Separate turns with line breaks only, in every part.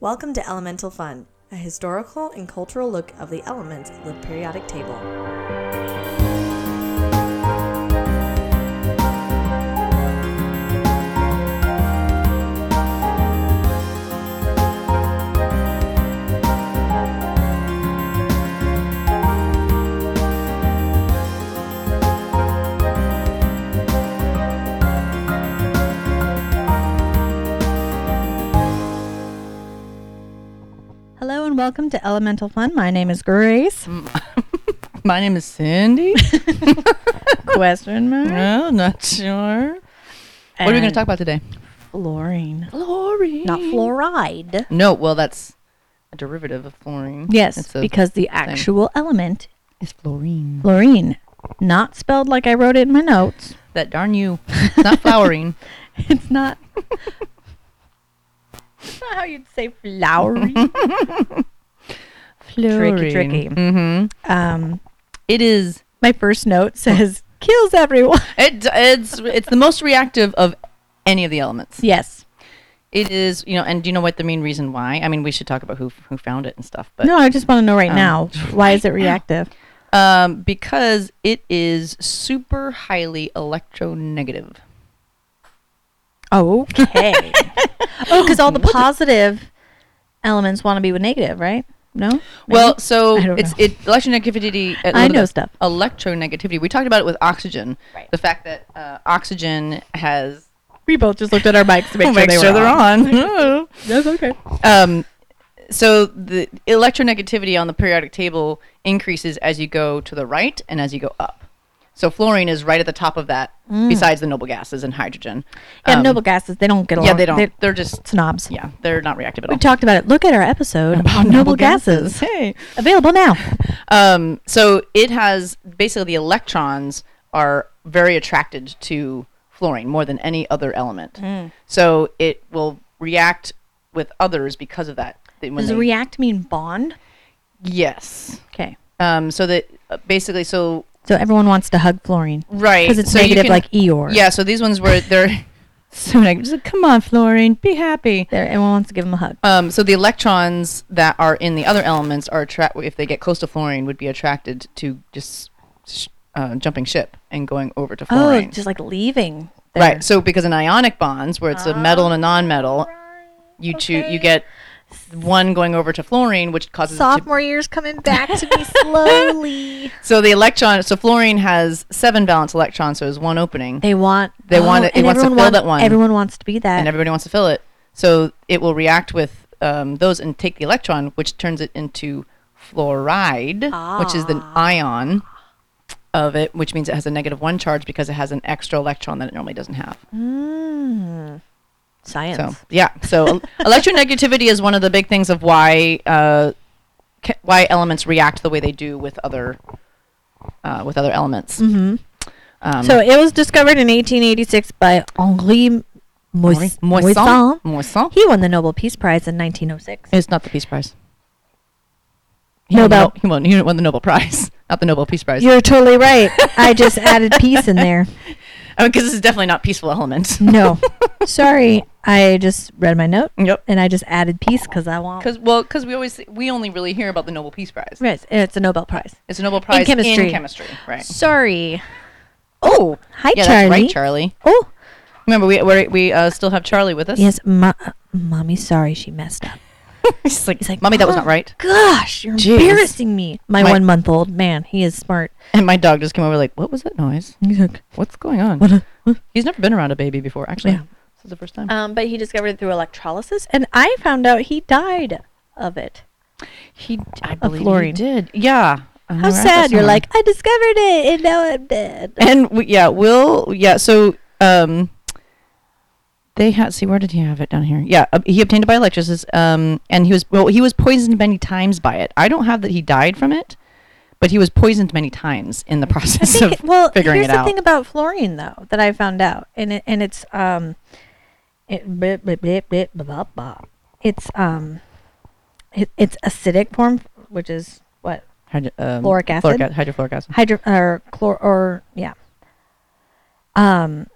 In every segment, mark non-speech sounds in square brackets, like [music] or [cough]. Welcome to Elemental Fun, a historical and cultural look of the elements of the periodic table.
Hello and welcome to Elemental Fun. My name is Grace.
My name is
[laughs]
Cindy.
Question mark.
no, not sure. what are we going to talk about today?
about? Fluorine.
Fluorine.
Not fluoride.
No, well, that's a derivative of fluorine.
Yes,
It's a-
because the actual element,
it's fluorine.
fluorine, not spelled like I wrote it in my notes.
That darn you. It's not flowering.
[laughs] It's not. [laughs] It's not how you'd say [laughs] flowery. [laughs] Tricky, tricky.
Mm-hmm.
Um,
It is.
my first note says kills everyone.
It, it's it's the most reactive of any of the elements.
[laughs] Yes.
It is, you know, and do you know what the main reason why? I mean, we should talk about who who found it and stuff, but
no, I just want to know right
Um,
now why is it reactive?
um, because it is super highly electronegative.
[laughs] [laughs] Okay. oh, because all the positive elements want to be with negative, right? No. Maybe?
Well, so
I don't
it's
know.
it electronegativity. uh,
I know
the-
stuff.
Electronegativity. We talked about it with oxygen.
Right.
The fact that uh, oxygen has
we both just looked at our mics [laughs] to [laughs]
on.
That's okay.
um, so the electronegativity on the periodic table increases as you go to the right and as you go up. So fluorine is right at the top of that, besides the noble gases and hydrogen.
Mm. Yeah,
Um,
noble gases. They don't get along.
Yeah, they don't.
They're
They're, just
snobs.
yeah, they're not reactive at
We
all.
talked about it. Look at our episode about noble, gases.
Hey.
Available now.
Um, so it has basically the electrons are very attracted to fluorine more than any other element.
Hmm.
So it will react with others because of that. They- when
Does
they-
react mean bond?
yes.
Okay.
Um, so that uh, basically, so
So everyone wants to hug fluorine.
right,
Because it's
so you
negative
can-
like Eeyore. [laughs]
Yeah. So these ones where they're so negative. Just like, Come on, fluorine, be happy.
There, everyone wants to give them a hug.
Um, so the electrons that are in the other elements are attract if they get close to fluorine would be attracted to just sh- uh, jumping ship and going over to
Oh,
fluorine.
just like leaving. their-
right. So because in ionic bonds where it's a metal and a non-metal, you choo- you get one going over to fluorine, which causes it to
Sophomore year's coming back to [laughs] me slowly.
so the electron. So fluorine has seven valence electrons, so there's one opening,
They want. oh,
They want it- it
and
wants to
everyone
fill
want-
that one.
Everyone wants to be that.
and everybody wants to fill it. So it will react with um, those and take the electron, which turns it into fluoride, which is the ion of it, which means it has a negative one charge because it has an extra electron that it normally doesn't have.
Science.
So yeah, so
[laughs]
el- electronegativity is one of the big things of why uh, ca- why elements react the way they do with other uh, with other elements. Mm-hmm. Um,
So it was discovered in 1886 by Henri Mois- Moissan.
Moissan, Moissan,
He won the Nobel Peace Prize in 1906.
It's not the Peace Prize. He
No,
won the
about-
Nobel- he won, he won the Nobel Prize, [laughs] not the Nobel Peace Prize.
You're totally right. I just [laughs] added peace in there.
I mean, because this is definitely not peaceful element. [laughs]
[laughs] No, sorry. I just read my note
Yep.
and I just added peace because I want.
Because well, because we always we only really hear about the Nobel Peace Prize.
Yes, it's a Nobel Prize.
It's a Nobel Prize
chemistry.
chemistry, right?
Sorry.
Oh,
Hi,
yeah,
Charlie.
that's right, Charlie.
Oh,
Remember, we we, we uh, still have Charlie with us.
yes, ma- mommy. Sorry, she messed up.
He's like,
He's like,
"Mommy, that was
"Oh,
not right."
Gosh, you're
Jeez.
embarrassing me. My,
My-
one-month-old man. He is smart.
And my dog just came over, like, "What was that noise?
He's like,
What's going on?"
what? a-
He's never been around a baby before, actually.
Yeah.
This is the first time.
Um, but he discovered it through electrolysis, and I found out he died of it.
he, I believe,
fluorine.
he did. Yeah.
How sad! You're like, I discovered it, and now I'm dead.
and we, yeah, Will, yeah, so um, they had. See, where did he have it down here? Yeah, uh, he obtained it by electrolysis. Um, and he was well, he was poisoned many times by it. I don't have that he died from it, but he was poisoned many times in the [laughs]
I
process
think.
of
well,
figuring
here's
it
the
out.
thing about fluorine, though, that I found out, and it, and it's um, it, blip, blip, blip, blip, blah, blah, blah. it's um, it, it's acidic form, which is what
Hydro, um,
Fluoric acid?
ac- hydrofluoric acid.
hydro or chlor or yeah. [laughs]
[laughs]
Um,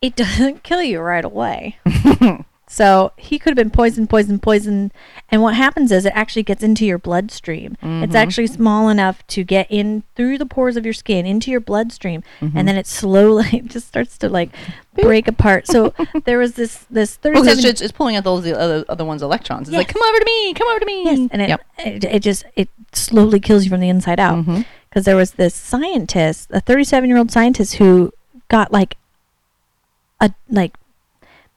it doesn't kill you right away. So he could have been poisoned, poisoned, poisoned. And what happens is it actually gets into your bloodstream. It's
Mm-hmm.
actually small enough to get in through the pores of your skin into your bloodstream,
Mm-hmm.
and then it slowly [laughs] it just starts to like break
[laughs]
apart. So there was this this
Well, 'cause
thirty-seven.
it's, just- it's pulling out those the other, other one's electrons. It's
Yeah.
like, come over to me, come over to me.
Yes, and it,
Yep. Mm-hmm.
it it just it slowly kills you from the inside out. Because there was this scientist, a 37 year old scientist, who got like a like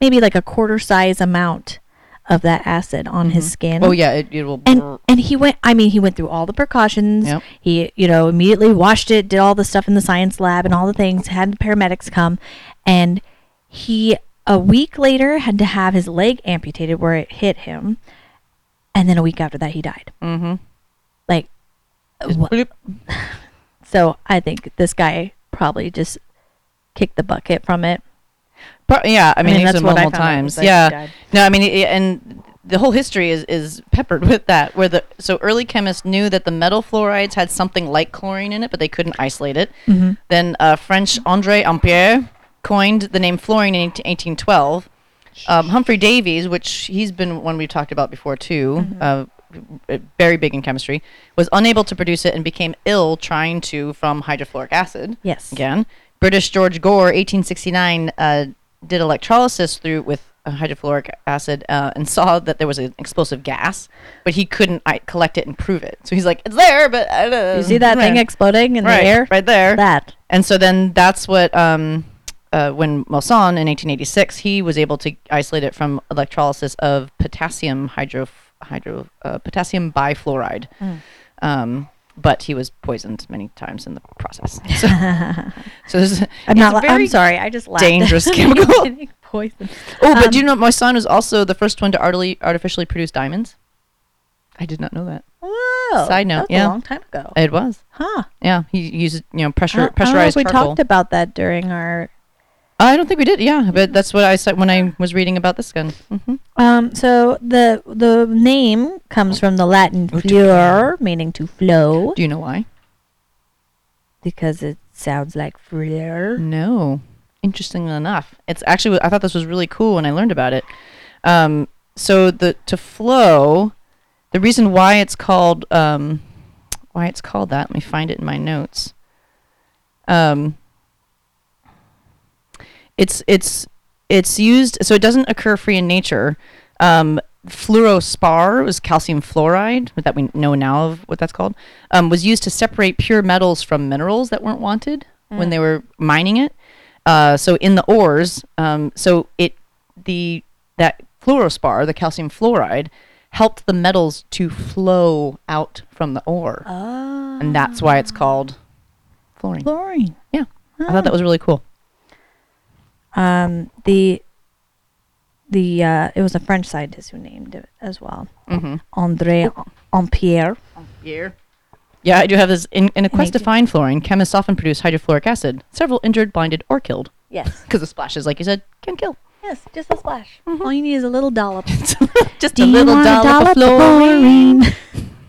maybe like a quarter size amount of that acid on his skin.
Oh yeah, it, it will.
And, and he went i mean he went through all the precautions
Yep.
he you know immediately washed it did all the stuff in the science lab and all the things had the paramedics come and he a week later had to have his leg amputated where it hit him and then a week after that he died
mm-hmm.
like wha- so i think this guy probably just kicked the bucket from it
Pro- yeah, I mean,
mean,
he's
that's
been
what I
multiple
found out
times.
was, like,
yeah.
he died.
No, I mean, i- and the whole history is is peppered [laughs] with that. Where the so early chemists knew that the metal fluorides had something like chlorine in it, but they couldn't isolate it.
Mm-hmm.
Then uh, French André Ampère coined the name fluorine in 18- 1812. Um, Humphrey Davies, which he's been one we've talked about before too,
Mm-hmm.
uh, b- very big in chemistry, was unable to produce it and became ill trying to from hydrofluoric acid
yes
again. British George Gore, 1869, uh, did electrolysis through with uh, hydrofluoric acid uh, and saw that there was an explosive gas, but he couldn't I, collect it and prove it. So he's like, "It's there, but uh, I don't."
you see that thing
Right.
exploding in
right,
the air
right there.
that
And so then that's what um, uh, when Moissan in 1886 he was able to isolate it from electrolysis of potassium hydro hydro uh, potassium bifluoride.
Hmm.
Um, but he was poisoned many times in the
[laughs]
process. So, so there's,
i'm
it's
not la- i'm
very
sorry i just laughed
dangerous
[laughs]
chemical.
poison
Oh, but
Um,
do you know Moissan was also the first one to artily, artificially produce diamonds? I did not know that.
Whoa.
Side note,
that was
yeah.
a long time ago.
It was.
huh.
Yeah, he used you know pressure
I don't- I don't know if
pressurized
Oh, we
charcoal.
talked about that during our.
I don't think we did. Yeah, but that's what I said when I was reading about this gun. hmm
Um, so the the name comes from the Latin
Oh,
"fluor," meaning to flow,
Do you know why?
because it sounds like
Mm.
fleur.
No. Interestingly enough, it's actually I thought this was really cool when I learned about it. Um, so the to flow, the reason why it's called um, why it's called that. Let me find it in my notes. Um, it's it's it's used so it doesn't occur free in nature. Um, fluorospar was calcium fluoride that we know now of what that's called um, was used to separate pure metals from minerals that weren't wanted when they were mining it. Uh, so in the ores, um, so it the that fluorospar, the calcium fluoride, helped the metals to flow out from the ore,
Oh,
and that's why it's called fluorine.
fluorine.
Yeah, I thought that was really cool.
Um, the the uh, it was a French scientist who named it as well,
Mm-hmm.
André Ampère.
Yeah. Yeah, I do have this. In, in a quest to
Thank you.
find fluorine, chemists often produce hydrofluoric acid. Several injured, blinded, or killed.
Yes,
Because the splashes, like you said, can kill.
yes, just a splash.
Mm-hmm.
All you need is a little dollop.
Just
Do
a
you
little
want a
dollop, of
dollop of
fluorine.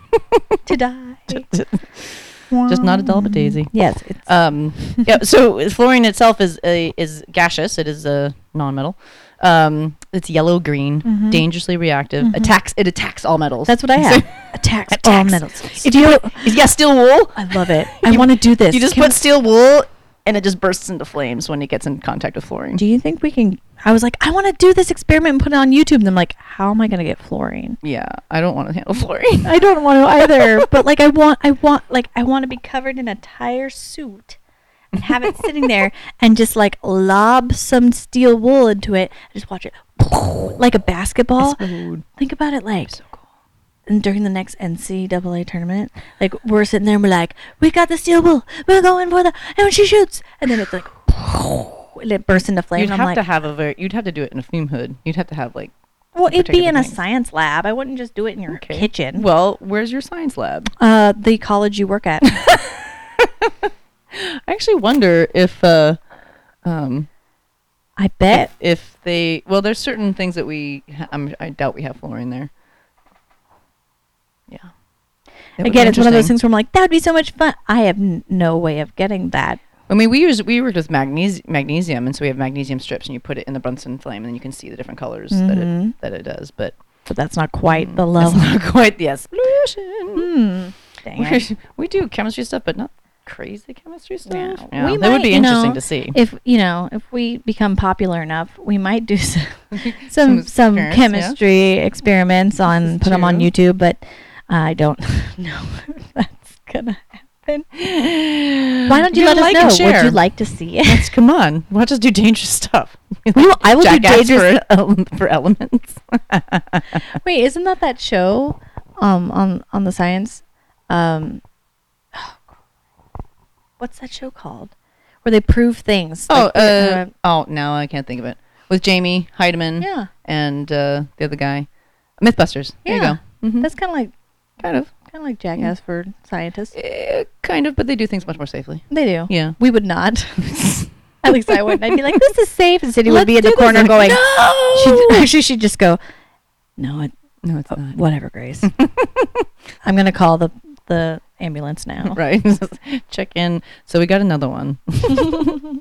[laughs]
to die.
Just not a dollop of daisy.
Yes, it's
Um, yeah, so fluorine itself is a, is gaseous. It is a nonmetal. Um, it's yellow green, dangerously reactive. Attacks it attacks all metals.
Mm-hmm. That's what I
So- [laughs]
have. Attacks, all
Attacks.
metals.
If you yeah, steel wool.
I love it. I want to do this.
You just
Can-
put steel wool, and it just bursts into flames when it gets in contact with fluorine.
do you think we can? I was like, I want to do this experiment and put it on YouTube. And I'm like, how am I going to get fluorine?
Yeah, I don't want to handle [laughs] fluorine.
I don't want to
[laughs]
either. but like, I want, I want, like, I want to be covered in a tire suit and have it sitting there and just like lob some steel wool into it. Just watch it like a basketball. Think about it like and during the next NCAA tournament, like we're sitting there and we're like, we got the steel wool, we're going for the, and when she shoots, and then it's like, and it bursts into flame.
You'd
and I'm
have
like,
to have a very. You'd have to do it in a fume hood. You'd have to have like.
well, it'd
particular
be in a
things.
science lab. I wouldn't just do it in your
Okay.
kitchen.
Well, where's your science lab?
uh, the college you
[laughs]
work at.
I actually wonder if. Uh, um,
I bet.
if they well there's certain things that we ha- I'm, i doubt we have fluorine there yeah That would be
Again, it's one of those
interesting.
things where I'm like, that would be so much fun. I have n- no way of getting that.
I mean, we use we worked with magnesium, magnesium, and so we have magnesium strips, and you put it in the Brunson flame, and then you can see the different colors that
Mhm.
it that it does. But
But that's not quite the
Mm. that's [laughs]
level.
not quite the explosion.
Mm, dang it.
We're- [laughs] We do chemistry stuff, but not crazy chemistry
Yeah.
stuff. Yeah,
We
that would
might,
be
you
interesting
know,
to see.
If you know, if we become popular enough, we might do [laughs] some some, some
experiments, yeah.
chemistry experiments on
is
put them on
true.
YouTube. But I don't [laughs] know if that's gonna happen. Why don't you,
You
let us
like
know?
and
Would you
share.
like to see it? [laughs]
Let's come on. We'll just do dangerous stuff. [laughs]
Well, I will do
Jackass
dangerous-
for, [laughs] ele- for elements.
Wait, isn't that that show um, on on the science? Um, what's that show called? Where they prove things.
[laughs] Oh,
like the-
uh, oh, no, I can't think of it. With Jamie Heidemann
Yeah.
and uh, the other guy, MythBusters. There
Yeah.
you go. Mhm.
that's kind of like
kind of,
kind of like jackass for scientists.
Eh, kind of, but they do things much more safely.
They do.
Yeah.
We would [laughs] not. At least I wouldn't. I'd be like, this is safe. And City would
Let's
be in the
do this.
corner
Like,
going,
no.
she'd, actually, she'd just go, no, it,
no, it's
uh,
not.
whatever, Grace. [laughs] I'm going to call the, the ambulance now.
[laughs] right check in so we got another one [laughs]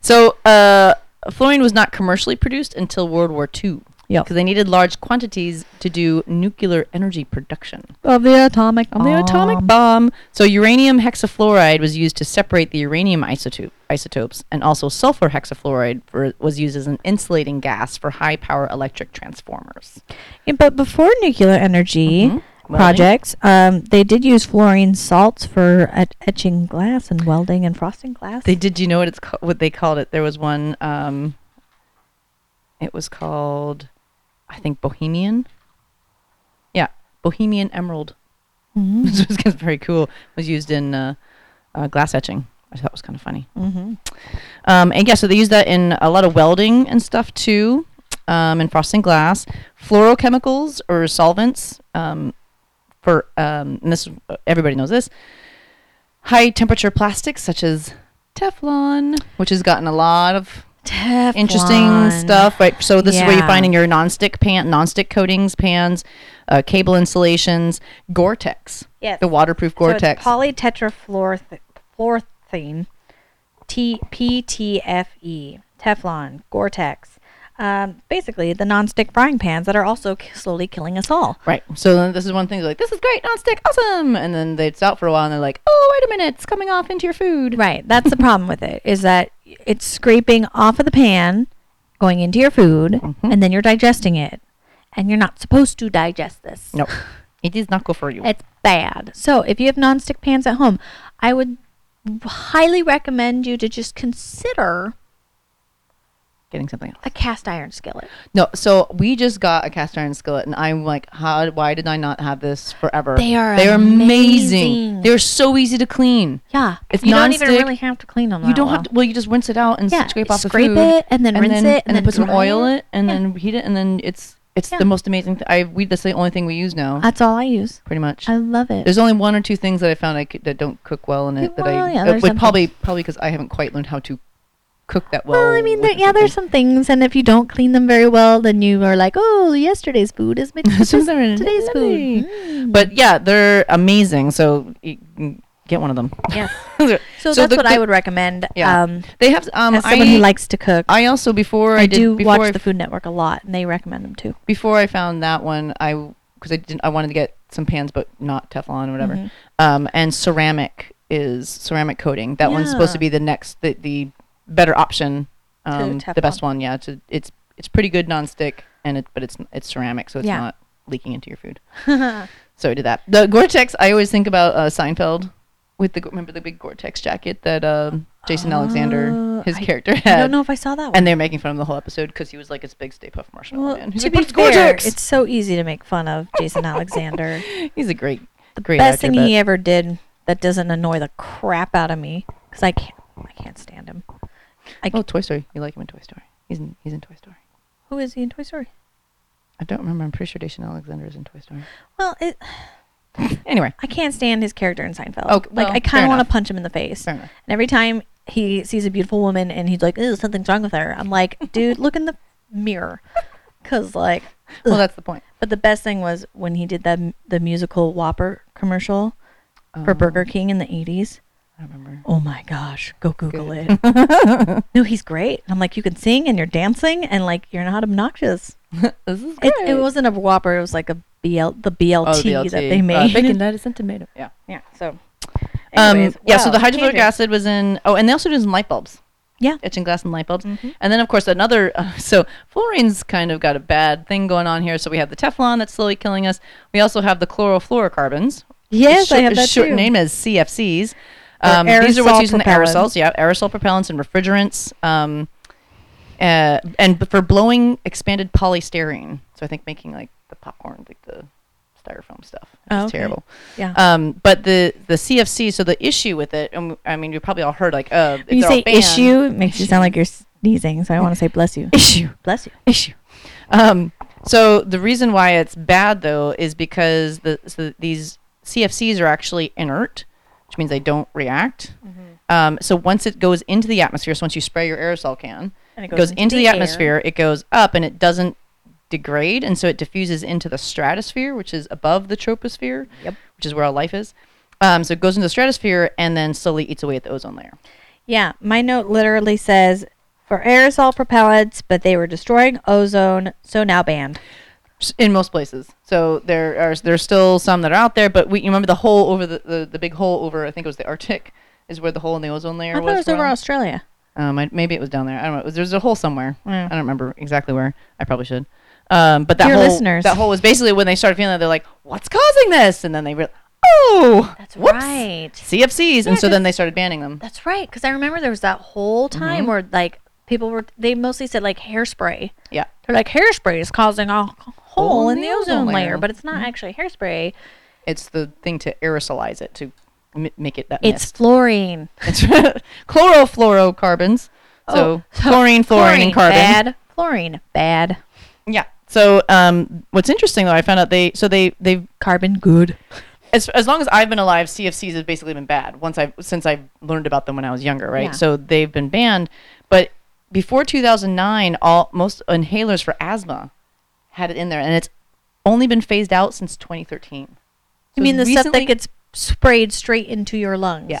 so uh, fluorine was not commercially produced until world war ii
Yep.
because Oh. they needed large quantities to do nuclear energy production
Of the atomic
of the atomic bomb so uranium hexafluoride was used to separate the uranium isotope, isotopes and also sulfur hexafluoride for, was used as an insulating gas for high power electric transformers
Yeah, but before nuclear energy
Mhm. Welding.
projects, um, they did use fluorine salts for et- etching glass and welding and frosting glass.
They did. You know what it's ca- what they called it? There was one. Um, it was called, I think, Bohemian. Yeah, Bohemian Emerald, [laughs]
hmm
which was kind of very cool. Was used in uh, uh, glass etching. I thought it was kind of funny.
hmm
Um, and yeah, so they use that in a lot of welding and stuff too, um, and frosting glass, fluorochemicals or solvents um, for. Um, and this everybody knows this. High temperature plastics such as Teflon, which has gotten a lot of interesting stuff. Right. So this is where you
Yeah.
find in your nonstick pan, nonstick coatings, pans, uh, cable insulations, Gore-Tex.
Yes.
The waterproof Gore-Tex.
So it's polytetrafluorethane, T P T F E, Teflon, Gore-Tex. Um, basically, the nonstick frying pans that are also k- slowly killing us all.
Right. So then this is one thing. Like this is great, nonstick, awesome. And then they, it's out for a while, and they're like, oh, wait a minute, it's coming off into your food.
Right. That's the problem with it is that it's scraping off of the pan, going into your food, and then you're digesting it, and you're not supposed to digest this.
No, it is not good for you.
It's bad. So if you have nonstick pans at home, I would highly recommend you to just consider
Getting something else.
a cast iron skillet.
No. So we just got a cast iron skillet, and I'm like, how? Why did I not have this forever?
They are
They are
amazing.
amazing. They're so easy to clean.
Yeah,
It's
you don't even
nonstick.
really have to clean them.
You don't have to. Well, you just rinse it out and
Yeah,
scrape off the
scrape
food,
it and then rinse it and
and
then
then put some
dry
oil in
it.
it, and
Yeah.
then heat it, and then it's it's
Yeah.
the most amazing. Th- I we that's the only thing we use now,
That's all I use.
pretty much.
I love it.
There's only one or two things that I found I could, that don't cook well in it that
Well,
I
yeah,
uh,
there's
would
some
probably probably because I haven't quite learned how to cook that well.
well, I mean,
with
there, yeah,
something.
there's some things, and if you don't clean them very well, then you are like, oh, yesterday's food [laughs] is
[laughs]
mixed with
Some
this,
are in-
today's food. Mm.
but yeah, they're amazing. So you can get one of them.
[laughs] Yes.
[laughs] so,
So, that's
the-
what I
the-
would recommend.
Yeah.
Um,
They have um.
as
I
someone who likes to cook, I,
I also before I, did,
do
before
watch
I
the Food Network a lot, and they recommend them too.
before I found that one, I because I didn't I wanted to get some pans, but not Teflon or whatever.
Mhm.
Um, and ceramic is ceramic coating. That one's supposed to
Yeah.
be the next the, the better option, um, the
Teflon.
best one. Yeah, to, it's it's pretty good nonstick, and it but it's it's ceramic, so it's
Yeah.
not leaking into your
[laughs]
food. so I did that. The Gore-Tex. I always think about uh, Seinfeld with the remember the big Gore-Tex jacket that um, Jason Alexander
Oh,
his
I-
character
I
had.
don't know if I saw that one.
And they're making fun of him the whole episode because he was like this big Stay Puff Marshmallow
well,
Man. He's
to
like,
be
"But it's
fair,
Gore-Tex!"
it's so easy to make fun of Jason Alexander.
[laughs] He's a great, great
best
actor,
thing
but-
he ever did that doesn't annoy the crap out of me because I can't I can't stand him. I
Oh,
c-
Toy Story. You like him in Toy Story. He's in, he's in Toy Story.
who is he in Toy Story?
I don't remember. I'm pretty sure Jason Alexander is in Toy [laughs] Story.
Well, it,
Anyway,
I can't stand his character in Seinfeld.
Oh, well,
like I kind
fair
of want
enough.
to punch him in the face.
fair enough.
And every time he sees a beautiful woman and he's like, "Ew, something's wrong with her,"
[laughs]
I'm like, "Dude, look in the mirror," because like,
Well,
ugh.
that's the point.
But the best thing was when he did the the musical Whopper commercial for
Oh.
Burger King in the '80s.
I don't remember.
Oh my gosh, go Google it. no, he's great. I'm like, you can sing and you're dancing and like you're not obnoxious.
This is Oh,
It, it wasn't a Whopper. It was like a BL, the BLT, that they made.
Uh, [laughs]
[laughs]
bacon, lettuce, and tomato. Yeah.
yeah. So.
Um,
anyways,
yeah. So
wow,
the hydrofluoric
tangent.
acid was in. Oh, and they also do this in light bulbs.
Yeah. Mm-hmm.
etching glass and light bulbs. And then, of course, another. [laughs] Uh, so fluorine's kind of got a bad thing going on here. So we have the Teflon that's slowly killing us. We also have the chlorofluorocarbons.
Yes,
short,
I have that
short
too.
name as CFCs.
Or
Um, these are
aerosol
what's used in the
propellants.
aerosols. Yeah, aerosol propellants and refrigerants. Um, uh, and b- for blowing expanded polystyrene. So I think making like the popcorn, like the styrofoam stuff. It's
Oh, okay.
terrible.
Yeah.
Um, but the the CFC. So the issue with it, and I mean, you probably all heard like, uh,
When you
they're all
say
banned.
issue, it makes you sound like you're sneezing. So I want to say bless you.
issue,
Bless you.
issue. Um, so the reason why it's bad though is because the so these CFCs are actually inert, which means they don't react.
Mm-hmm.
Um, so once it goes into the atmosphere, so once you spray your aerosol can,
And it
it
goes
goes,
into
into,
the
the,
air.
atmosphere. It goes up and it doesn't degrade, and so it diffuses into the stratosphere, which is above the troposphere,
Yep.
which is where all life is. Um, so it goes into the stratosphere and then slowly eats away at the ozone layer.
Yeah, my note literally says for aerosol propellants, but they were destroying ozone, so now banned.
S- in most places. So there are there's still some that are out there, but we you remember the hole over the, the, the big hole over I think it was the Arctic is where the hole in the ozone layer
I thought
was.
it was over
from.
Australia.
Um, I, maybe it was down there. I don't know. It was- There's a hole somewhere.
Yeah.
I don't remember exactly where. I probably should. Um, but that
Dear
hole,
listeners.
that hole was basically when they started feeling that they're like, what's causing this? And then they realized, oh,
That's
whoops,
right.
CFCs,
Yeah,
and so
'cause-
then they started banning them.
That's right, because I remember there was that whole
Mm-hmm.
time where like people were they mostly said like hairspray.
Yeah.
They're like hairspray is causing a hole in the ozone layer, but it's not
Mm-hmm.
actually hairspray.
It's the thing to aerosolize it to m- make it that
It's
mist.
fluorine.
It's [laughs] chlorofluorocarbons. So chlorine, fluorine, and carbon.
Oh, Bad. Fluorine. Bad.
Yeah. So um, what's interesting though, I found out they so they they
Carbon good.
as as long as I've been alive, CFCs have basically been bad. Once I since I learned about them when I was younger, right?
Yeah.
So they've been banned, but before 2009, all most inhalers for asthma had it in there, and it's only been phased out since 2013. So
You mean the
it's
stuff that
recently-
gets sprayed straight into your lungs?
Yeah.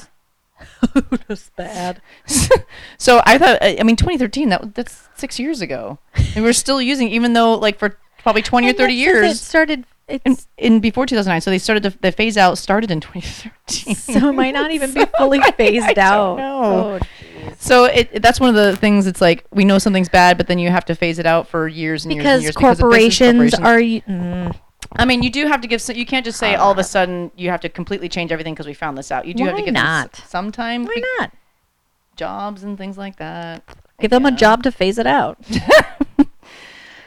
That's bad.
[laughs] so I thought, I I mean, 2013. That was- that's six years ago, and we're still using, even though like for
[laughs]
probably 20 or 30
It
years.
started. It's
In, [laughs] in before 2009, so they started to, the phase out started in 2013.
[laughs] so it might not even be fully phased
I don't
out.
know.
Oh,
[laughs] So it, it- that's one of the things. It's like we know something's bad, but then you have to phase it out for years and
because
years and years of business
corporations
corporations.
are. y- Mm,
I mean, you do have to give. So you can't just say all of a sudden you have to completely change everything because we found this out. You do have
Why
to give them s-
not?
some time.
why
be-
not?
Jobs and things like that.
Give them a
Yeah.
job to phase it out.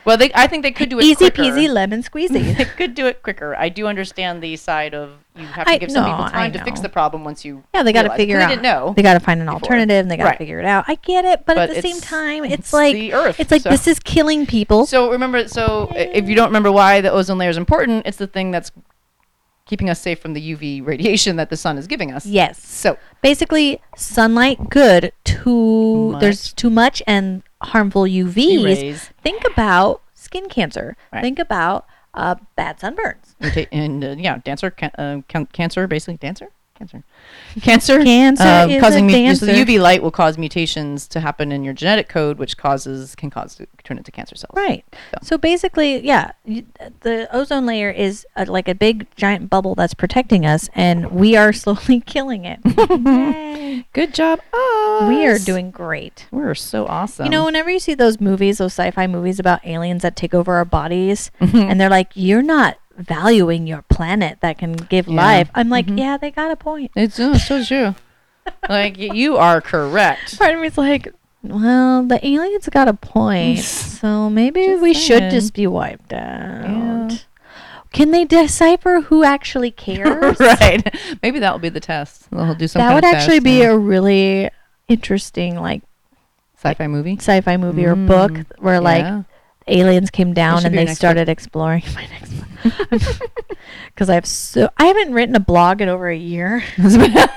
Well, they, I think they could do it
Easy
quicker.
peasy
[laughs]
lemon [laughs] squeezy.
They could do it quicker. I do understand the side of you have
I-
to give some
no,
people
I
time to fix
know.
the problem once you.
yeah, they got to
realize it, 'cause
figure
they
out.
didn't know.
They got to find an alternative and they got to
Right.
figure it out. I get it, but,
But
at the same
it's-
time, it's,
it's
like
the earth,
it's like
so-
this is killing people.
So remember, so i- if you don't remember why the ozone layer is important, it's the thing that's keeping us safe from the UV radiation that the sun is giving us.
yes.
So
basically sunlight good too
Much.
there's too much and harmful UVs.
rays.
Think about skin cancer.
Right.
Think about uh, bad sunburns.
and, ta- and uh, yeah, dancer, can- uh, can- cancer, basically dancer, cancer, cancer,
[laughs] Cancer
um,
is
causing
a
mu- so
dancer.
the UV light will cause mutations to happen in your genetic code, which causes can cause turn into cancer cells.
Right.
So-
So basically, yeah, you, the ozone layer is uh like a big giant bubble that's protecting us, and we are [laughs] slowly killing it. Yay.
Good job. Us.
we are doing great.
We're so awesome.
You know, whenever you see those movies, those sci-fi movies about aliens that take over our bodies, and they're like, "You're not valuing your planet that can give
Yeah.
life," I'm like, "Yeah, they got a point."
it's uh, so true. like y- you are correct.
[laughs] Part of me's like, "Well, the aliens got a point, so maybe
Just
we should
saying.
just be wiped out." Can they decipher who [laughs] actually cares?
right. Maybe that will be the test. They'll do some.
that
kind
would
of
actually
test,
be
yeah.
a really interesting like
sci-fi movie.
sci-fi movie or book
Mm,
where like
Yeah.
aliens came down
should
and
be your
they
next
started exploring my next one [laughs] because i've so i haven't written a blog in over
[laughs]
a year [laughs]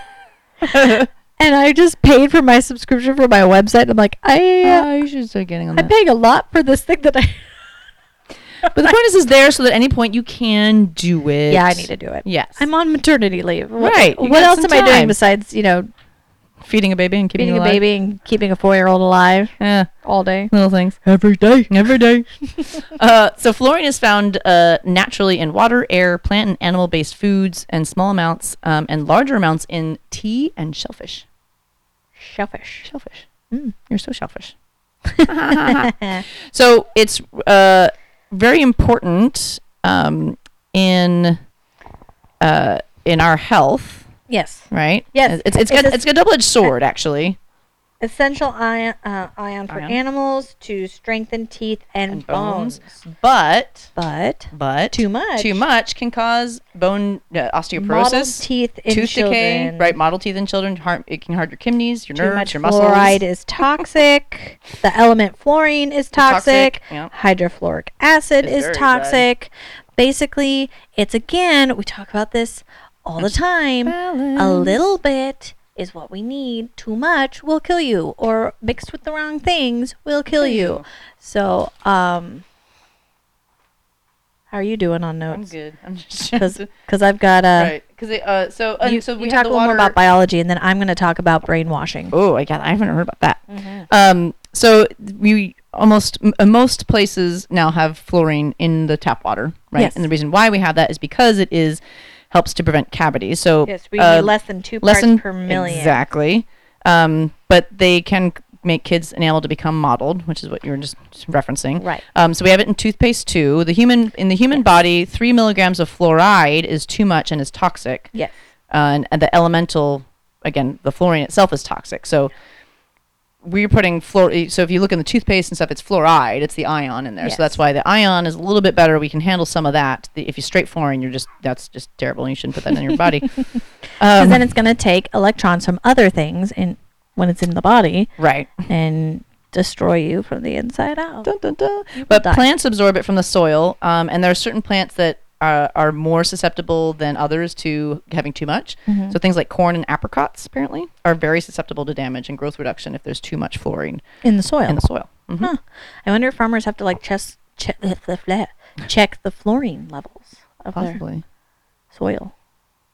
and i just paid for my subscription for my website and i'm like
Oh,
i uh,
you should start getting on
i'm paying a lot for this thing that i
[laughs] But the point is, is there so that at any point you can do it.
yeah i need to do it
Yes.
i'm on maternity leave What-
Right, you
what
got
else am
some
i doing
time.
besides you know
feeding a baby and keeping
Beating
it
a
alive.
baby and keeping a four-year-old alive
Yeah.
all day.
Little things. Every day. Every
[laughs]
day. uh, so fluorine is found uh, naturally in water, air, plant, and animal based foods, and small amounts um, and larger amounts in tea and shellfish.
Shellfish.
Shellfish. You're so shellfish. [laughs] so it's uh, very important um, in uh, in our health,
Yes.
right?
Yes.
It's it's
It's
got
a-
it's a double edged sword, actually.
Essential ion, uh, ion for
Ion.
animals to strengthen teeth and, bones.
but
But
but
Too much.
too much can cause bone uh,
mottled
osteoporosis
teeth in
tooth
children.
decay right model teeth in children harm it can harm your kidneys your
Too
nerves
much
your muscles
fluoride
[laughs]
is toxic. the element fluorine is toxic.
toxic, yeah.
Hydrofluoric acid
It's very
is
bad.
toxic. Basically, it's again, we talk about this all the time. A little bit is what we need. Too much will kill you, or mixed with the wrong things will kill you. So, um, how are you doing on
i'm
notes?
good i'm
[laughs]
just
Because I've got
[laughs]
a.
right because uh so uh,
You,
so we
you
have
talk
the
a little more
water-
about biology, and then I'm going to talk about brainwashing.
Oh, I got. I haven't heard about that.
Mm-hmm.
Um, so we almost m- uh, most places now have fluorine in the tap water, right?
Yes.
And the reason why we have that is because it is helps to prevent cavities. So
Yes, we
uh,
need less than two
less
parts
than-
per million.
Exactly. Um, but they can c- make kids unable to become mottled, which is what you were just referencing.
Right.
Um, so we have it in toothpaste too. The human in the human body, three milligrams of fluoride is too much and is toxic
Yes.
uh, and, and the elemental again the fluorine itself is toxic so we're putting fluor eh, so if you look in the toothpaste and stuff it's fluoride it's the ion in there
Yes.
so that's why the ion is a little bit better we can handle some of that the, if you straight fluorine you're just that's just terrible and you shouldn't put that in your
[laughs]
body
Because
um,
then it's going to take electrons from other things in when it's in the body
right
and destroy you from the inside out.
Dun, dun, dun. But
die.
plants absorb it from the soil, um, and there are certain plants that are, are more susceptible than others to having too much. So things like corn and apricots, apparently, are very susceptible to damage and growth reduction if there's too much fluorine
In the soil.
in the soil. Mhm.
Huh. I wonder if farmers have to like chest, check, [laughs] check the fluorine levels of their
Possibly.
soil.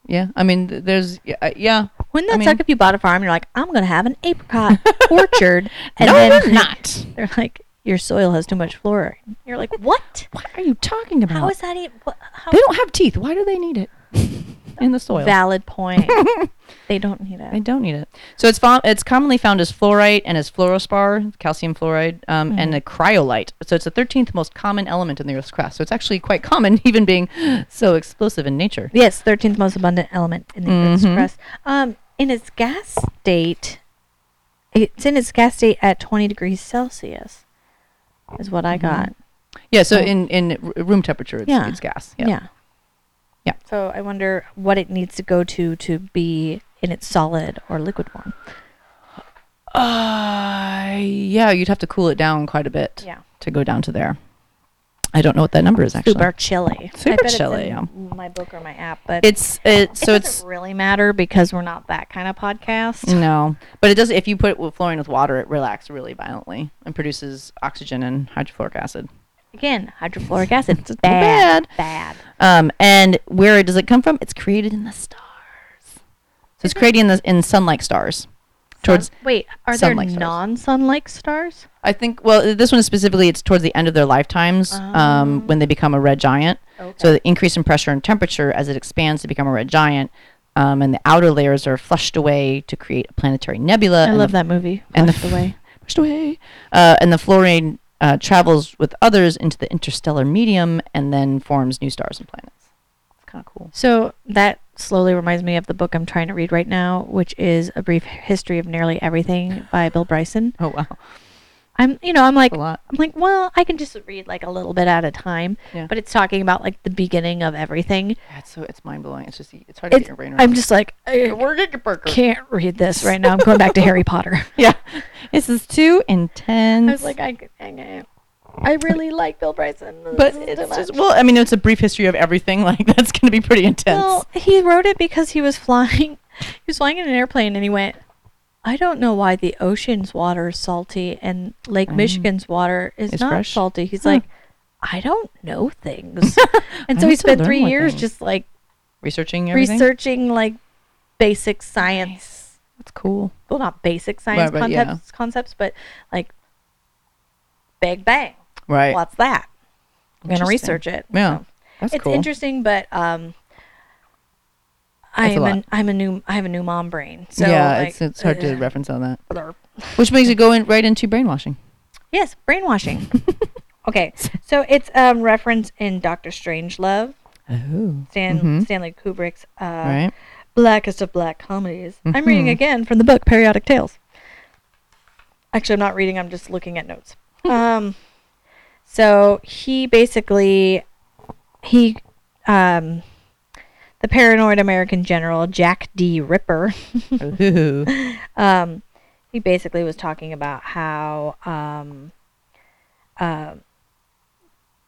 Yeah. I mean, th- there's yeah, uh, yeah.
Wouldn't
I
that
mean-
suck if you bought a farm and you're like, I'm going to have an
[laughs]
apricot orchard? And
no,
then
we're not.
[laughs] They're like, your soil has too much fluorine. You're like, what?
What are you talking about?
How is that even? What, how
they don't have teeth. Why do they need it [laughs] in the soil? [laughs]
Valid point. they don't need
I
it.
don't need it. So it's fo- it's commonly found as fluorite and as fluorospar, calcium fluoride, um,
Mm-hmm.
and the cryolite. So it's the thirteenth most common element in the Earth's crust. So it's actually quite common, [laughs] even being so explosive in nature.
Yes, thirteenth most abundant element in the Earth's
Mhm.
crust. Um, in its gas state, it's in its gas state at twenty degrees Celsius, is what
Mm-hmm.
I got.
Yeah. So
Oh.
in in r- room temperature, it's,
Yeah.
it's gas.
Yeah. yeah.
Yeah.
So I wonder what it needs to go to to be in its solid or liquid form.
Uh, yeah. You'd have to cool it down quite a bit.
Yeah.
To go down to there. I don't know what that number is actually.
Super chilly.
Super
I bet
chilly,
It's in My book or my app, but
It's it.
it
So
doesn't
it's
really matter because we're not that kind of podcast.
No, but it does. If you put it with fluorine with water, it relaxes really violently and produces oxygen and hydrofluoric acid.
Again, hydrofluoric acid.
It's
bad, bad.
Um, and where does it come from? It's created in the stars. So it's created in the in sun-like stars. Towards
Sun- wait, are there
sun-like stars.
non-sun-like stars?
I think well, this one specifically, it's towards the end of their lifetimes
Ah.
um, when they become a red giant. So the increase in pressure and temperature as it expands to become a red giant, um, and the outer layers are flushed away to create a planetary nebula.
I
and the
love that movie.
and the [laughs]
Flushed away.
pushed away. Uh, and the fluorine uh, travels with others into the interstellar medium and then forms new stars and planets. It's kind of cool.
[laughs] So that slowly reminds me of the book I'm trying to read right now, which is A Brief History of Nearly Everything by Bill Bryson.
Oh wow,
I'm, you know, I'm like,
a lot.
I'm like, well, I can just read like a little bit at a time,
Yeah.
but it's talking about like the beginning of everything.
Yeah, it's so it's mind blowing. It's just it's hard to
It's,
get your brain around.
I'm just like, I
word at your burger.
can't read this right now. I'm going back to
[laughs]
Harry Potter.
Yeah, this is too intense.
I was like, I, I, I really like Bill Bryson, This
but
is too
it's
much.
just, well, I mean, it's a brief history of everything. [laughs] Like that's going to be pretty intense.
Well, he wrote it because he was [laughs] flying. He was flying in an airplane, and he went. I don't know why the ocean's water is salty and Lake Michigan's water is
Mm. It's
not
fresh?
salty. He's
Huh.
like, I don't know
[laughs]
things, [laughs] and
I
so he
need to
spent
learn
three
more
years
things.
just like
Researching everything.
researching like basic science
That's cool.
well, not basic science
Right, right, yeah.
concepts, concepts, but like big bang.
Right.
What's that? I'm gonna
Interesting.
research it.
Yeah.
So,
That's
it's
cool.
interesting, but um,
That's a
I'm
lot.
an, I'm a new I have a new mom brain. So
yeah,
like,
it's, it's hard to
ugh,
reference on that.
blurp.
[laughs] Which makes it go in, right into brainwashing.
Yes,
[laughs]
brainwashing. okay, so it's um referenced in Doctor Strange Love,
Oh.
Stan
Mhm.
Stanley Kubrick's uh,
right. [laughs]
blackest of black comedies. I'm reading
Mhm.
again from the book Periodic Tales. Actually, I'm not reading. I'm just looking at notes. um, so he basically he um the paranoid American general Jack D. Ripper. [laughs]
Oh, Ooh.
um, he basically was talking about how um, uh,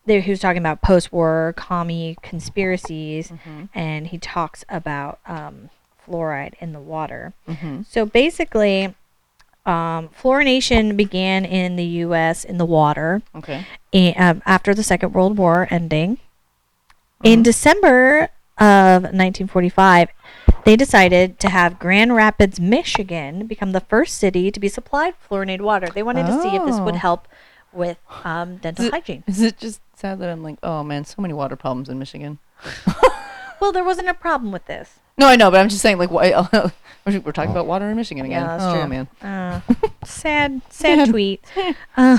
there, he was talking about post-war commie conspiracies, and he talks about um, fluoride in the water.
Mhm.
So basically, um, fluorination began in the U.S. in the water
Okay.
i- um, after the Second World War ending.
Mm-hmm.
In December of 1945, they decided to have Grand Rapids, Michigan, become the first city to be supplied fluorinated water. They wanted to see if this would
Oh.
help with um, dental
Is it-
hygiene.
Is it just sad that I'm like, oh man, so many water problems in Michigan?
Well, there wasn't a problem with this.
No, I know, but I'm just saying, like, why, [laughs] we're we're talking about water in Michigan again.
Yeah, that's
oh
true.
man.
Uh, sad, sad tweet.
[laughs]
Uh,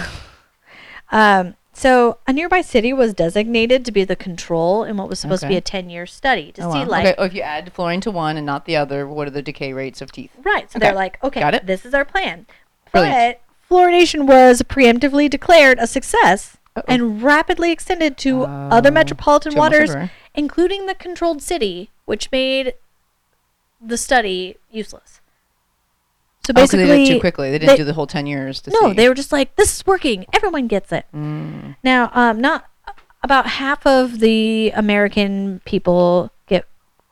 um, so, a nearby city was designated to be the control in what was supposed to be
Okay.
a 10 year study to
Oh,
see,
wow.
like,
okay, or if you add fluorine to one and not the other, what are the decay rates of teeth?
Right. So
Okay.
they're like, okay,
Got it.
this is our plan.
Brilliant.
But fluorination was preemptively declared a success and rapidly extended to other
Oh,
metropolitan
too much
waters,
everywhere.
including the controlled city, which made the study useless. So
Oh, 'cause
basically,
they did it too quickly. They didn't
they-
do the whole ten years to
no,
see.
they were just like, this is working. Everyone gets it.
Mm.
Now, um, not about half of the American people get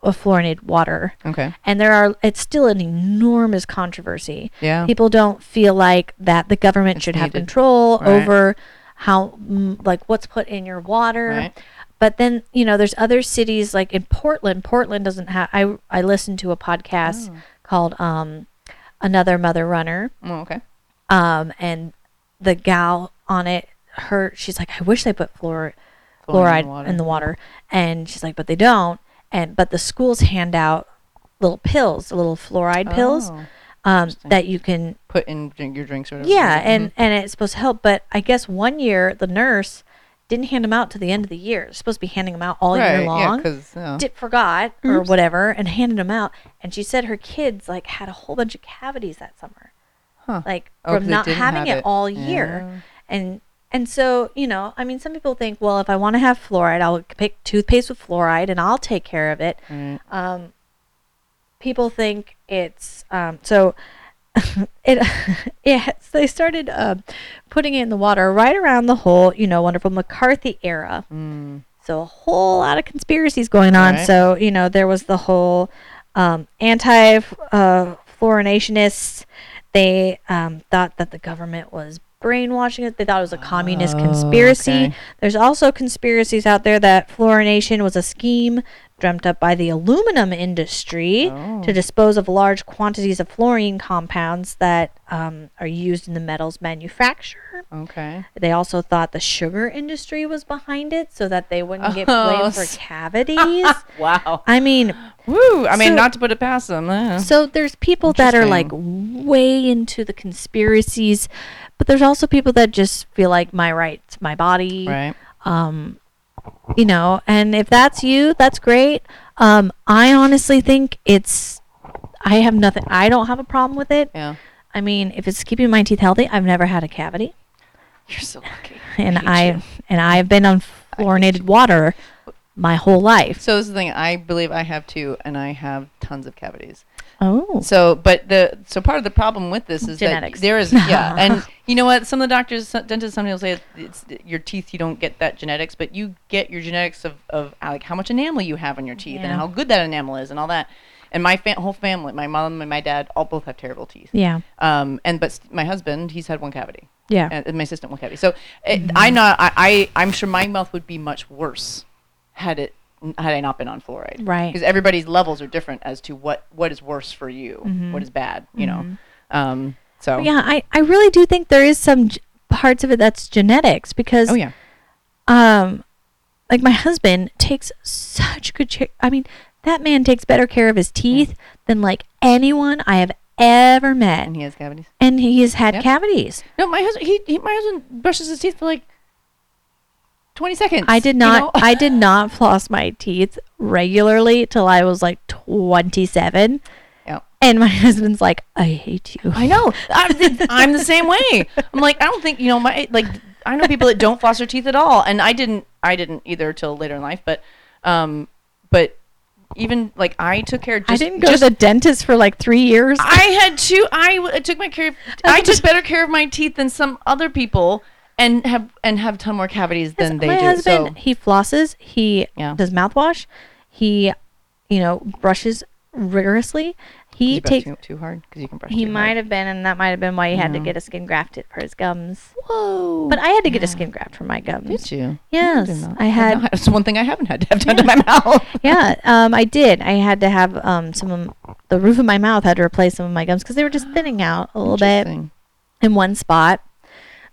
uh, fluorinated water
okay.
and there are it's still an enormous controversy
Yeah.
people don't feel like that the government
It's
should have
needed.
control
Right.
over how mm, like what's put in your water
Right.
but then you know there's other cities like in portland portland doesn't have i i listened to a podcast called um another mother runner
Oh, okay.
um and the gal on it her she's like i wish they put fluor
Fluorine
fluoride
in the water.
in the water and she's like but they don't and but the schools hand out little pills little fluoride pills
Oh.
um, that you can
Put in drink, your drinks or whatever.
yeah and
Mm-hmm.
and it's supposed to help but i guess one year the nurse didn't hand them out to the end of the year It's supposed to be handing them out all
right.
year
Yeah,
long
because uh,
did forgot or whatever and handed them out and she said her kids like had a whole bunch of cavities that summer
Huh.
like
Oh, 'cause
from
they
not
didn't
having
have
it.
it.
all year and and so you know i mean some people think well if i want to have fluoride i'll pick toothpaste with fluoride and i'll take care of it
Right.
um, people think it's um, so [laughs] it it they started uh, putting it in the water right around the whole you know wonderful McCarthy era.
mm,
So a whole lot of conspiracies going on.
Right.
So you know there was the whole um, anti uh, fluorinationists. They um, thought that the government was brainwashing it. They thought it was a communist
Oh,
conspiracy.
okay.
There's also conspiracies out there that fluorination was a scheme dreamt up by the aluminum industry to dispose of large quantities of fluorine compounds that um, are used in the metals manufacture.
Oh. okay.
They also thought the sugar industry was behind it so that they wouldn't get
Oh,
blamed for
s-
cavities.
Wow.
I mean,
Woo. I mean,
So-
not to put it past them. eh.
so there's people that are like way into the conspiracies, but there's also people that just feel like my rights, my body,
right.
Um, you know, and if that's you, that's great. Um, I honestly think it's I have nothing I don't have a problem with it.
Yeah.
I mean, if it's keeping my teeth healthy, I've never had a cavity.
You're so lucky.
and
hate
I
you.
and I've been on fluorinated water my whole life.
So this is the thing. I believe I have two, and I have tons of cavities.
Oh,
So, but the so part of the problem with this is
Genetics.
that there
[laughs]
is yeah, and you know what? Some of the doctors, some, dentists, some people say it's, it's your teeth. You don't get that genetics, but you get your genetics of of uh, like how much enamel you have on your teeth and
Yeah.
how good that enamel is and all that. And my fa- whole family, my mom and my dad, all both have terrible teeth.
yeah,
Um, and but st- my husband, he's had one cavity.
Yeah. Mm-hmm.
And, and my sister one cavity. So it, I know I, I I'm sure my mouth would be much worse had it had I not been on fluoride.
Right.
Because everybody's levels are different as to what what is worse for you, what is bad. You know. Um. So.
But yeah, I, I really do think there is some g- parts of it that's genetics because
Oh yeah.
um like my husband takes such good care i mean that man takes better care of his teeth than like anyone i have ever met
And he has cavities.
and he has had
Yep.
cavities
No, my husband. He, he my husband brushes his teeth for like twenty seconds.
i did
you
not
know? [laughs]
i did not [laughs] floss my teeth regularly till i was like 27
Yeah.
and my [laughs] husband's like i hate you
I know. I'm the, I'm the same way. I'm like I don't think you know my like I know people that don't floss their teeth at all, and I didn't I didn't either till later in life. But um, but even like I took care. Just,
[laughs] i didn't go
just-
to the dentist for like three years
I had two. I w- took my care. Of, I took better care of my teeth than some other people, and have and have a ton more cavities than they
my
do.
husband
so
he flosses he
Yeah.
does mouthwash he you know brushes rigorously he
you brush
takes
too, too hard because you can brush.
he
too
might
hard.
have been and that might have been why he had to
Yeah.
get a skin graft it for his gums
Whoa.
but i had to get a skin graft for my gums
Did you?
Yes,
did not.
I had-
not- That's one thing I haven't had to have done to my mouth.
[laughs] yeah um i did i had to have um some of the roof of my mouth had to replace some of my gums because they were just thinning out a little bit
Interesting.
in one spot.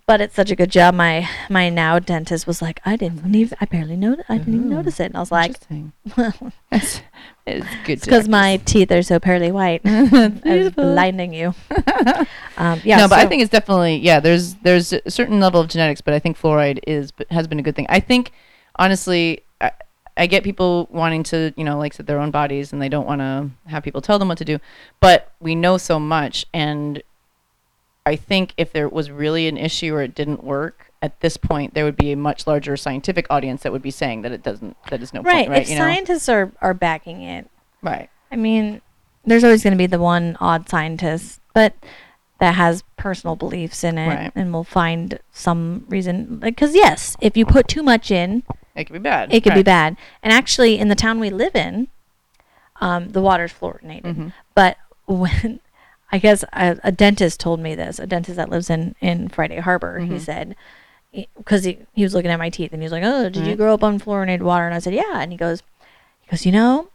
But it's such a good job. My my now dentist was like, I didn't even I barely know I didn't even
Ooh,
notice it, and I was like,
Interesting.
[laughs] well,
It's, it's good.
because
to-
my teeth are so pearly white, [laughs] I was
[laughs]
blinding you. um, yeah,
no, but I
so-
think it's definitely yeah. There's there's a certain level of genetics, but I think fluoride is but has been a good thing. I think honestly, I, I get people wanting to you know like sit their own bodies and they don't want to have people tell them what to do, but we know so much, and I think if there was really an issue or it didn't work at this point, there would be a much larger scientific audience that would be saying that it doesn't. That is no
right.
point, right?
if
you know,
scientists are are backing it,
right.
I mean, there's always going to be the one odd scientist, but that has personal beliefs in it,
Right.
and will find some reason. Because yes, if you put too much in,
It could be bad.
it could be
Right.
bad. And actually, in the town we live in, um, the water's fluorinated.
Mm-hmm.
But when [laughs] I guess a, a dentist told me this, a dentist that lives in in Friday Harbor,
Mm-hmm.
he said, because he, he was looking at my teeth and he was like, "Oh, did you grow up on fluorinated water?" And I said, "Yeah." And he goes, he goes, you know,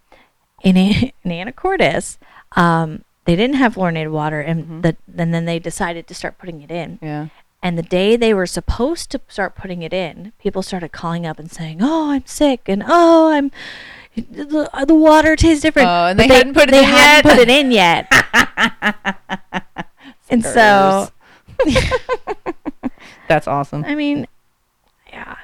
in a- [laughs] in Anacortes, um, they didn't have fluorinated water, and
Mm-hmm.
the and then they decided to start putting it in.
Yeah.
And the day they were supposed to start putting it in, people started calling up and saying, "Oh, I'm sick," and "Oh, I'm the, the water tastes different."
Oh, and
But
they hadn't put it
they
in
hadn't
yet.
put it in yet.
[laughs]
and so,
That's awesome.
I mean, yeah,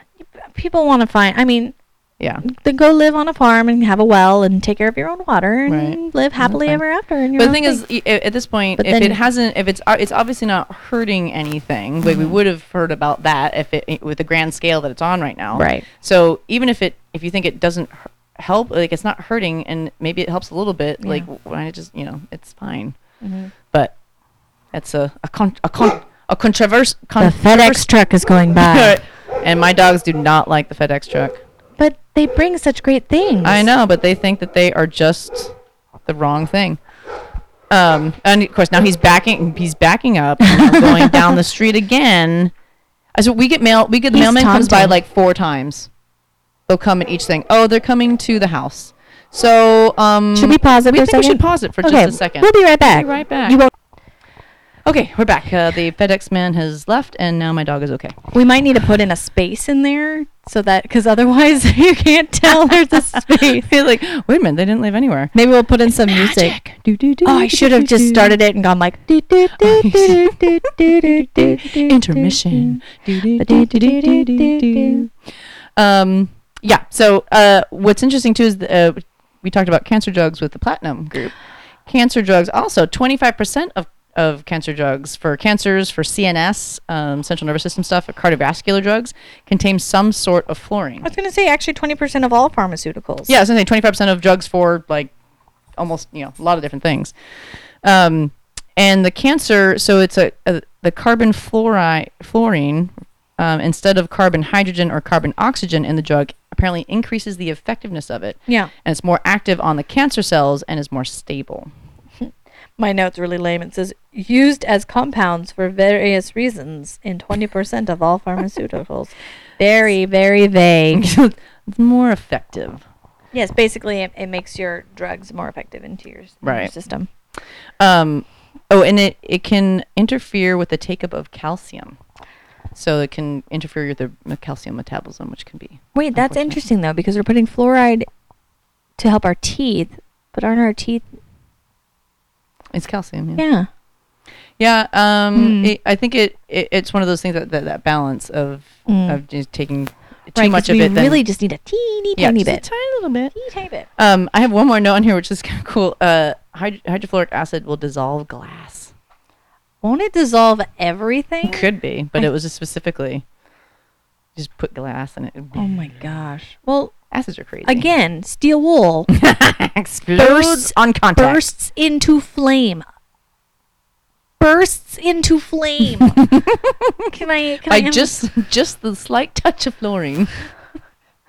people want to find. I mean,
Yeah.
then go live on a farm and have a well and take care of your own water and
Right.
live happily
fine.
ever after. And
But the thing is, y- a- at this point,
But
if
then-
it hasn't, if it's, o- it's obviously not hurting anything. Like we
Mm-hmm.
would have heard about that if it, it- with the grand scale that it's on right now.
Right.
So even if it, if you think it doesn't hu- help, like it's not hurting, and maybe it helps a little bit. Like when I just, you know, it's fine.
Mm-hmm.
But that's a a con a con a controverse. controverse-
truck is
[laughs]
going by,
and my dogs do not like the FedEx truck.
but they bring such great things.
I know, but they think that they are just the wrong thing. Um, and of course, now he's backing. He's backing up,
[laughs]
and now going down the street again. I so we get mail. We get the
He's
mailman comes by
taunting.
like four times. They'll come at each thing. Oh, they're coming to the house. So um,
Should we pause it
We
for a
think we
second?
should pause it for
okay,
just a second.
We'll be right back.
right back.
You won't-
okay, we're back. Uh, the FedEx man has left, and now my dog is
[laughs]
okay.
we might need to put in a space in there so that because otherwise [laughs] you can't tell there's
[laughs]
a [laughs] space.
He's like, wait a minute, they didn't leave anywhere.
Maybe we'll put in some music. Oh, I should have just started it and gone like Oh, do, do, do, do, do, do, do, do, do,
intermission.
do, do, do, do, do, do.
Um, yeah. So uh, what's interesting too is the, uh, we talked about cancer drugs with the platinum group. Cancer drugs also twenty five percent of of cancer drugs for cancers for CNS, um, central nervous system stuff, or cardiovascular drugs contain some sort of fluorine.
I was gonna say actually twenty percent of all pharmaceuticals.
Yeah, I was gonna say twenty five percent of drugs for like almost you know a lot of different things. Um, and the cancer, so it's a, a the carbon fluoride fluorine um, instead of carbon hydrogen or carbon oxygen in the drug apparently increases the effectiveness of it.
Yeah.
and it's more active on the cancer cells and is more stable.
My note's really lame. It says used as compounds for various reasons in twenty percent
[laughs]
of [laughs] all pharmaceuticals. very, very vague.
it's more effective.
Yes, basically, it, it makes your drugs more effective into your, s- in your
Right.
system.
Um, oh, and it, it can interfere with the take up of calcium. So it can interfere with the me- calcium metabolism, which can be.
Wait, that's
unfortunate.
interesting though, because we're putting fluoride to help our teeth, but aren't our teeth?
It's calcium, yeah.
Yeah.
Yeah, um,
Hmm.
it, I think it, it it's one of those things that that, that balance of
Mm.
of just taking too
Right, 'cause
much of
we
it. then-
really just need a teeny
yeah,
tiny
just a
bit.
tiny little bit.
teeny tiny bit.
Um, I have one more note on here, which is kind of cool. Uh, hyd- hydrofluoric acid will dissolve glass.
Won't it dissolve everything?
Could be, but
I-
it was just specifically just put glass in it.
Oh my gosh. Well,
Acids are crazy.
again, steel wool
[laughs] explodes on contact.
bursts into flame. Bursts
[laughs]
into flame. can I? Can I,
By
have-
just just the slight touch of
[laughs]
fluorine.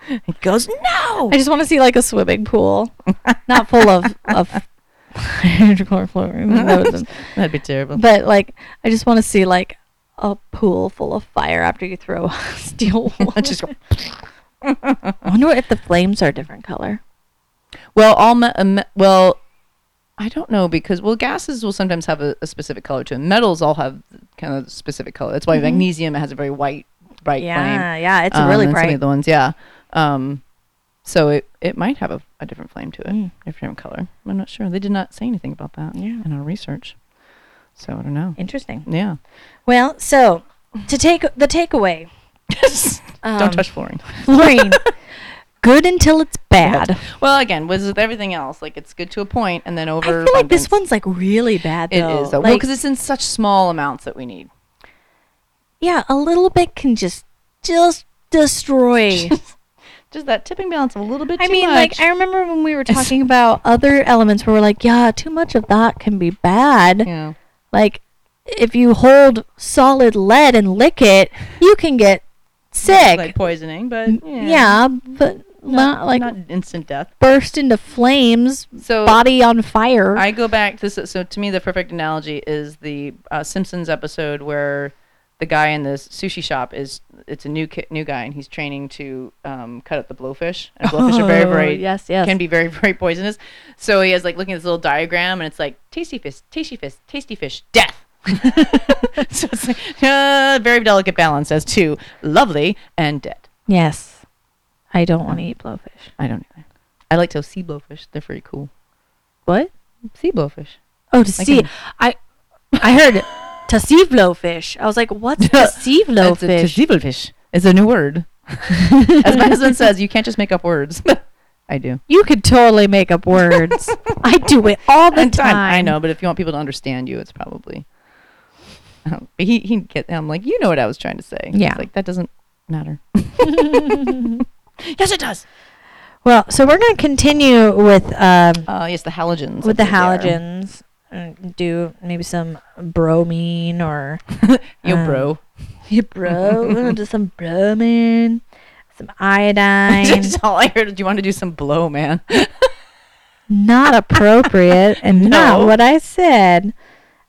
it goes no.
I just want to see like a
[laughs]
swimming pool, not full of of [laughs] hydrochloroform. That wasn't-
That'd be terrible.
but like, I just want to see like a pool full of fire after you throw [laughs] steel wool.
[laughs] just go- [laughs]
I wonder if the flames are a different color.
Well, all me- uh, me- well, I don't know because well, gases will sometimes have a, a specific color to them. Metals all have kind of specific color. That's why magnesium has a very white, bright flame.
Mm-hmm. Yeah, yeah, it's
Um,
really
and Some
bright.
of the ones, yeah. Um, so it it might have a, a different flame to it,
Mm.
a different color. I'm not sure. They did not say anything about that
Yeah.
in our research. So I don't know.
Interesting.
Yeah.
Well, so to take the takeaway, [laughs] um,
don't touch fluorine. [laughs]
fluorine. Good until it's bad.
Well, again, was with everything else, like it's good to a point, and then
I
over.
feel like this one's like really bad.
It
though.
is though. well,
Like,
because it's in such small amounts that we need.
yeah, a little bit can just just destroy.
[laughs] Just that tipping balance a little bit.
I
too
mean,
much.
like I remember when we were talking about other elements where we're like, yeah, too much of that can be bad.
yeah.
Like if you hold solid lead and lick it, you can get sick.
like poisoning, but
yeah.
yeah,
but
not,
not like
not instant death.
burst into flames,
So
body on fire.
I go back to this. So to me, the perfect analogy is the uh, Simpsons episode where the guy in the sushi shop is it's a new ki- new guy and he's training to um, cut up the blowfish. And blowfish are very
Oh,
very
yes, yes.
can be very [laughs] very poisonous. So he has like looking at this little diagram and it's like tasty fish, tasty fish, tasty fish, death. [laughs] so it's like uh, very delicate balance as to lovely and dead.
yes, I don't want to eat blowfish.
I don't either. I like to sea blowfish. They're pretty cool.
What?
Sea blowfish.
Oh, to
Like
see,
a-
I I heard [laughs] to see blowfish. I was like, what's to see
It's a-
blowfish?
Sea blowfish is a new [laughs] word. As my husband says, you can't just make up words. [laughs] I do.
You could totally make up words. I do it all the
And
time.
I know, but if you want people to understand you, it's probably. Um, but he he get. I'm like, you know what I was trying to say. It's
Yeah.
like that doesn't matter. yes, it does.
Well, so we're gonna continue with um,
Uh, yes, the halogens.
with the
that's what they are.
halogens. and Do maybe some bromine [laughs] or
[laughs] Yo,
um,
bro.
Yeah, bro. We're gonna do some bromine, some
[laughs]
iodine.
That's all I heard. Do you want to do some blow, man?
[laughs]
[laughs]
not appropriate [laughs] and
No.
not what I said.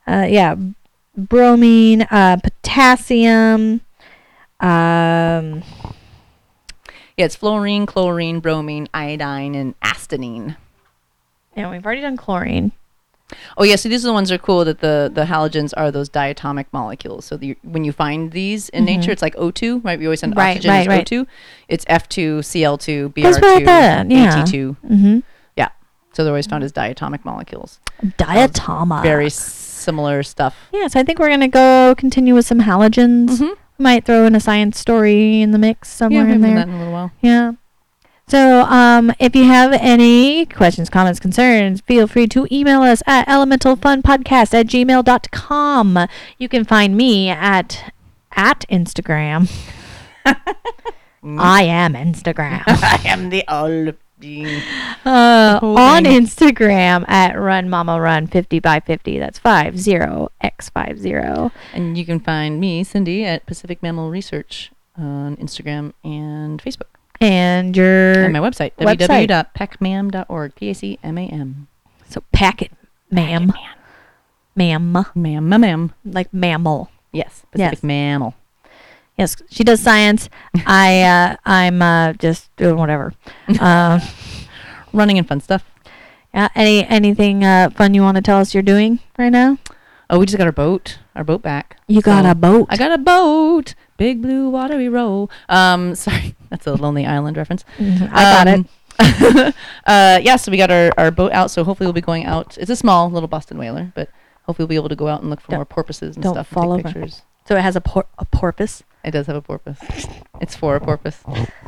Uh, yeah, b- bromine, uh, potassium. Um,
Yeah, it's fluorine, chlorine, bromine, iodine, and astenine.
and we've already done chlorine.
Oh yeah, so these are the ones that are cool that the the halogens are those diatomic molecules. So the, when you find these in nature, it's like O2, right? We always send
Mm-hmm. Right,
oxygen
right,
as
right.
O2. It's F2, Cl2,
That's what I thought,
Br2,
yeah.
AT2.
hmm
Yeah. So they're always found as diatomic molecules.
Diatoma.
Very similar stuff.
Yeah, so I think we're gonna go continue with some halogens.
Mhm.
Might throw in a science story in the mix somewhere
yeah,
in
we haven't done
there.
that in a little while.
Yeah. So, um, if you have any questions, comments, concerns, feel free to email us at elementalfunpodcast at gmail.com. You can find me at at
[laughs]
Instagram. I am Instagram.
[laughs] I am the all being.
Uh,
whole
on
thing.
Instagram at run mama run 50 by 50. That's 50x50.
And you can find me, Cindy, at Pacific Mammal Research on Instagram and Facebook.
And your
And my website,
Website.
www.pacmam.org. P A C M A M.
so pack it, ma'am. Ma'am.
Ma'am, ma'am, ma'am.
Like mammal.
Yes, Pacific
Yes.
mammal.
Yes, she does science. I uh, I'm uh, just doing whatever. Um
running and fun stuff.
Yeah, Uh, any anything uh, fun you want to tell us you're doing right now?
Oh, we just got our boat, our boat back.
You got a boat.
I got a boat, big blue watery roll. Um, [laughs] sorry, that's a Lonely Island reference.
I got it.
it. [laughs] uh, yeah, so we got our, our boat out. So hopefully we'll be going out. It's a small little Boston whaler, but hopefully we'll be able to go out and look for
Don't-
more porpoises and
don't
stuff.
fall
and take
over.
pictures.
So it has a por- a porpoise.
It does have a porpoise. It's for a
[laughs]
porpoise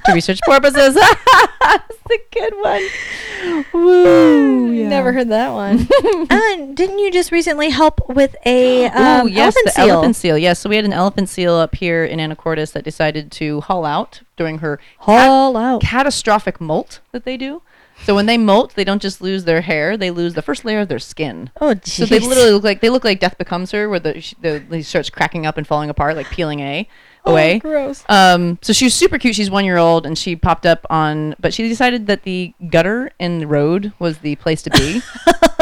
to research porpoises. [laughs] That's the good one.
[laughs]
Woo! yeah.
Never heard that [laughs] one. Uh, and didn't you just recently help with a um,
oh yes,
elephant
the
seal?
elephant seal. Yes, so we had an elephant seal up here in Anacortes that decided to haul out during her cat-
Haul out.
catastrophic molt that they do. So when they molt, they don't just lose their hair; they lose the first layer of their skin.
Oh,
So they
jeez.
literally look like they look like Death Becomes Her, where the, she, the he starts cracking up and falling apart, like peeling a away.
Oh, gross.
Um, so she was super cute. She's one year old, and she popped up on, but she decided that the gutter in the road was the place to
[laughs]
be.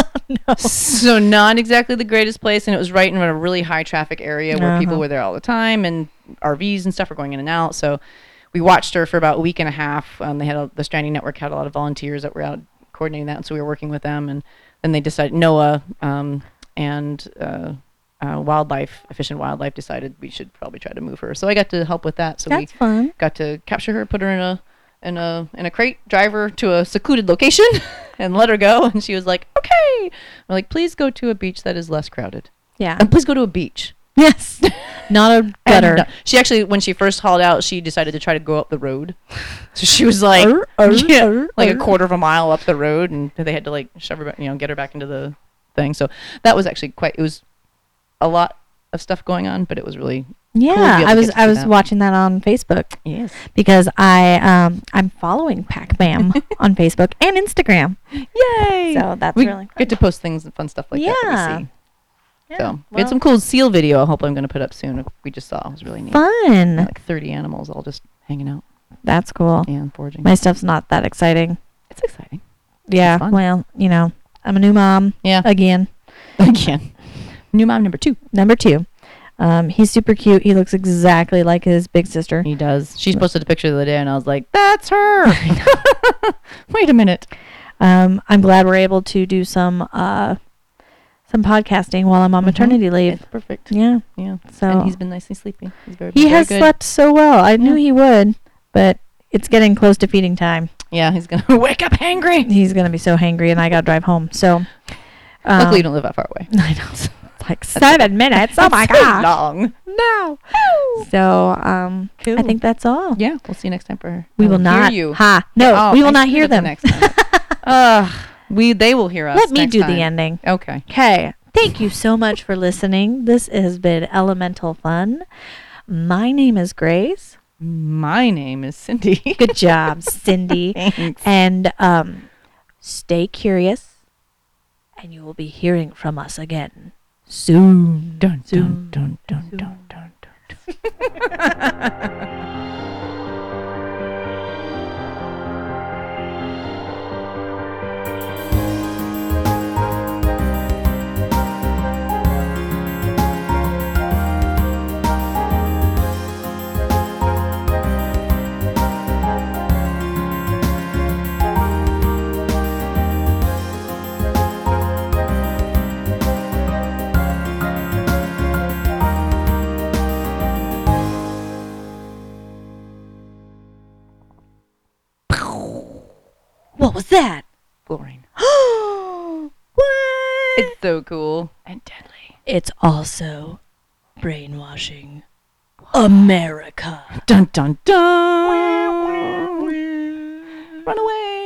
[laughs] So not exactly the greatest place, and it was right in a really high traffic area
Uh-huh.
where people were there all the time, and RVs and stuff were going in and out. So we watched her for about a week and a half. Um, they had a, the Stranding Network had a lot of volunteers that were out coordinating that, and so we were working with them. And then they decided Noah um, and uh, uh, wildlife, Fish and Wildlife, decided we should probably try to move her. So I got to help with that. So
That's
we
fun.
got to capture her, put her in a in a in a crate, drive her to a secluded location, [laughs] and let her go. And she was like, "Okay." We're like, "Please go to a beach that is less crowded,
Yeah.
and please go to a beach."
[laughs] yes. [laughs] Not a
And,
gutter.
uh, she actually, when she first hauled out, she decided to try to go up the road. So she was like,
Arr,
[laughs]
arr,
yeah,
arr,
like
arr.
a quarter of a mile up the road, and they had to like shove her, back, you know, get her back into the thing. So that was actually quite. It was a lot of stuff going on, but it was really cool to be
Yeah,
able
I
to
was
get to
I
do
was
that.
watching that on Facebook
yes,
because I um I'm following
[laughs]
Pac Bam on Facebook and Instagram.
yay!
So that's
we
really
get to post things and fun stuff like that. that
Yeah.
we see.
Yeah,
so we had
well,
some cool seal video. I hope I'm going to put up soon. if We just saw it was really neat.
fun.
Like 30 animals all just hanging out
That's cool.
and foraging.
My stuff's not that exciting.
it's exciting. [laughs]
Yeah.
fun.
Well, you know, I'm a new mom
Yeah.
again.
Again, new mom number two.
Number two. Um, he's super cute. He looks exactly like his big sister.
He does. She posted a picture the other day, and I was like, "That's
[laughs]
her." [laughs] Wait a minute.
Um, I'm glad we're able to do some uh, some podcasting while I'm on
Mhm.
maternity leave.
It's perfect.
Yeah.
Yeah.
So
and he's been nicely sleepy. He's very.
he
very
has
good.
slept so well. I knew
Yeah.
he would, but it's getting close to feeding time.
Yeah, he's gonna [laughs] wake up hangry.
He's gonna be so hangry, and I gotta drive home. So. Um,
Luckily, you don't live that far away.
[laughs] I know. Like seven minutes. Oh my gosh.
Long.
No. So um, I
Cool.
think that's all.
Yeah, we'll see you next time for her.
We
I
will
hear
not.
you.
Ha. No,
Oh,
we will
I
not hear
screwed up
them.
the
[laughs]
next time. Ugh, we they will hear us.
Let me
next
do
time.
the ending.
Okay.
Okay. Thank you so much for listening. This has been Elemental Fun. My name is Grace.
My name is Cindy. [laughs]
Good job, Cindy.
Thanks.
And um, stay curious, and you will be hearing from us again soon.
Dun
Zoom.
dun dun dun dun dun dun.
What was that?
Boring. [gasps]
what?
It's so cool and deadly.
It's also brainwashing America.
Dun dun dun. Run away.